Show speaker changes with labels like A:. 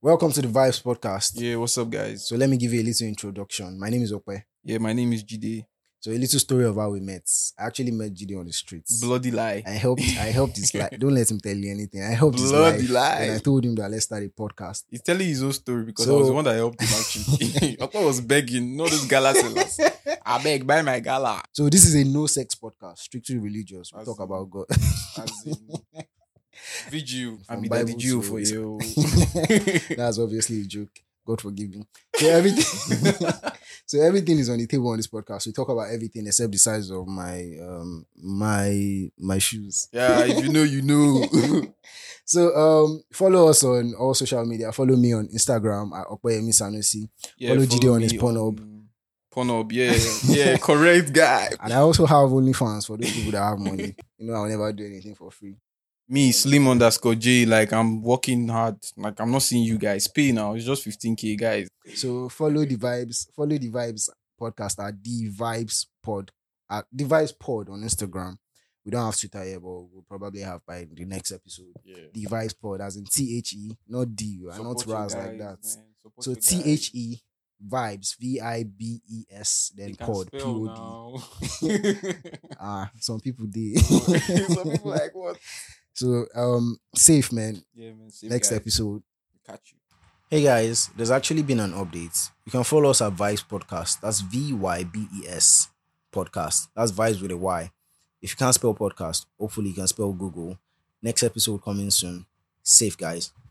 A: Welcome to the Vibes Podcast.
B: Yeah, what's up, guys?
A: So let me give you a little introduction. My name is Ope.
B: Yeah, my name is GD.
A: So a little story of how we met. I actually met Jide on the streets.
B: Bloody lie.
A: I helped. I helped his life. Don't let him tell you anything. I helped his
B: Bloody
A: life.
B: lie.
A: And I told him that let's start a podcast.
B: He's telling his own story because I was
A: So-
B: the one that helped him actually. I thought I was begging, not those gala sellers. I beg, buy my gala.
A: So this is a no sex podcast, strictly religious. We
B: As
A: talk
B: in-
A: about God.
B: As in, VG, I
A: From
B: be the
A: Bible
B: Jew for
A: stories.
B: you.
A: That's obviously a joke. God forgive me. So everything. so everything is on the table on this podcast. We talk about everything except the size of my um my my shoes.
B: yeah, if you know, you know.
A: So um follow us on all social media. Follow me on Instagram at Opeyemi Sanusi.
B: Yeah,
A: Follow GD on
B: me
A: his Pornhub.
B: on Pornhub, yeah. Yeah, correct guy.
A: And I also have OnlyFans for those people that have money. You know, I'll never do anything for free.
B: Me, slim underscore J, like I'm working hard. Like I'm not seeing you guys. Pay now. It's just 15K, guys.
A: So follow the vibes. Follow the vibes podcast at the vibes pod at the vibes pod on Instagram. We don't have Twitter here, but we'll probably have by the next episode.
B: Yeah.
A: The vibes pod, as in T H E, not D. You are not
B: Support your
A: Raz like
B: guys,
A: that.
B: man. Support
A: So
B: your
A: T
B: guys.
A: H E vibes V I B E S
B: They
A: then
B: can
A: pod P
B: spell
A: O D.
B: now.
A: Ah, some people did.
B: Some people like what?
A: so um, safe man.
B: Yeah, man. same
A: Next
B: guy.
A: episode.
B: Catch you.
A: Hey guys, there's actually been an update. You can follow us at Vice Podcast. That's V Y B E S Podcast. That's Vice with a Y. If you can't spell podcast, hopefully you can spell Google. Next episode coming soon. Safe, guys.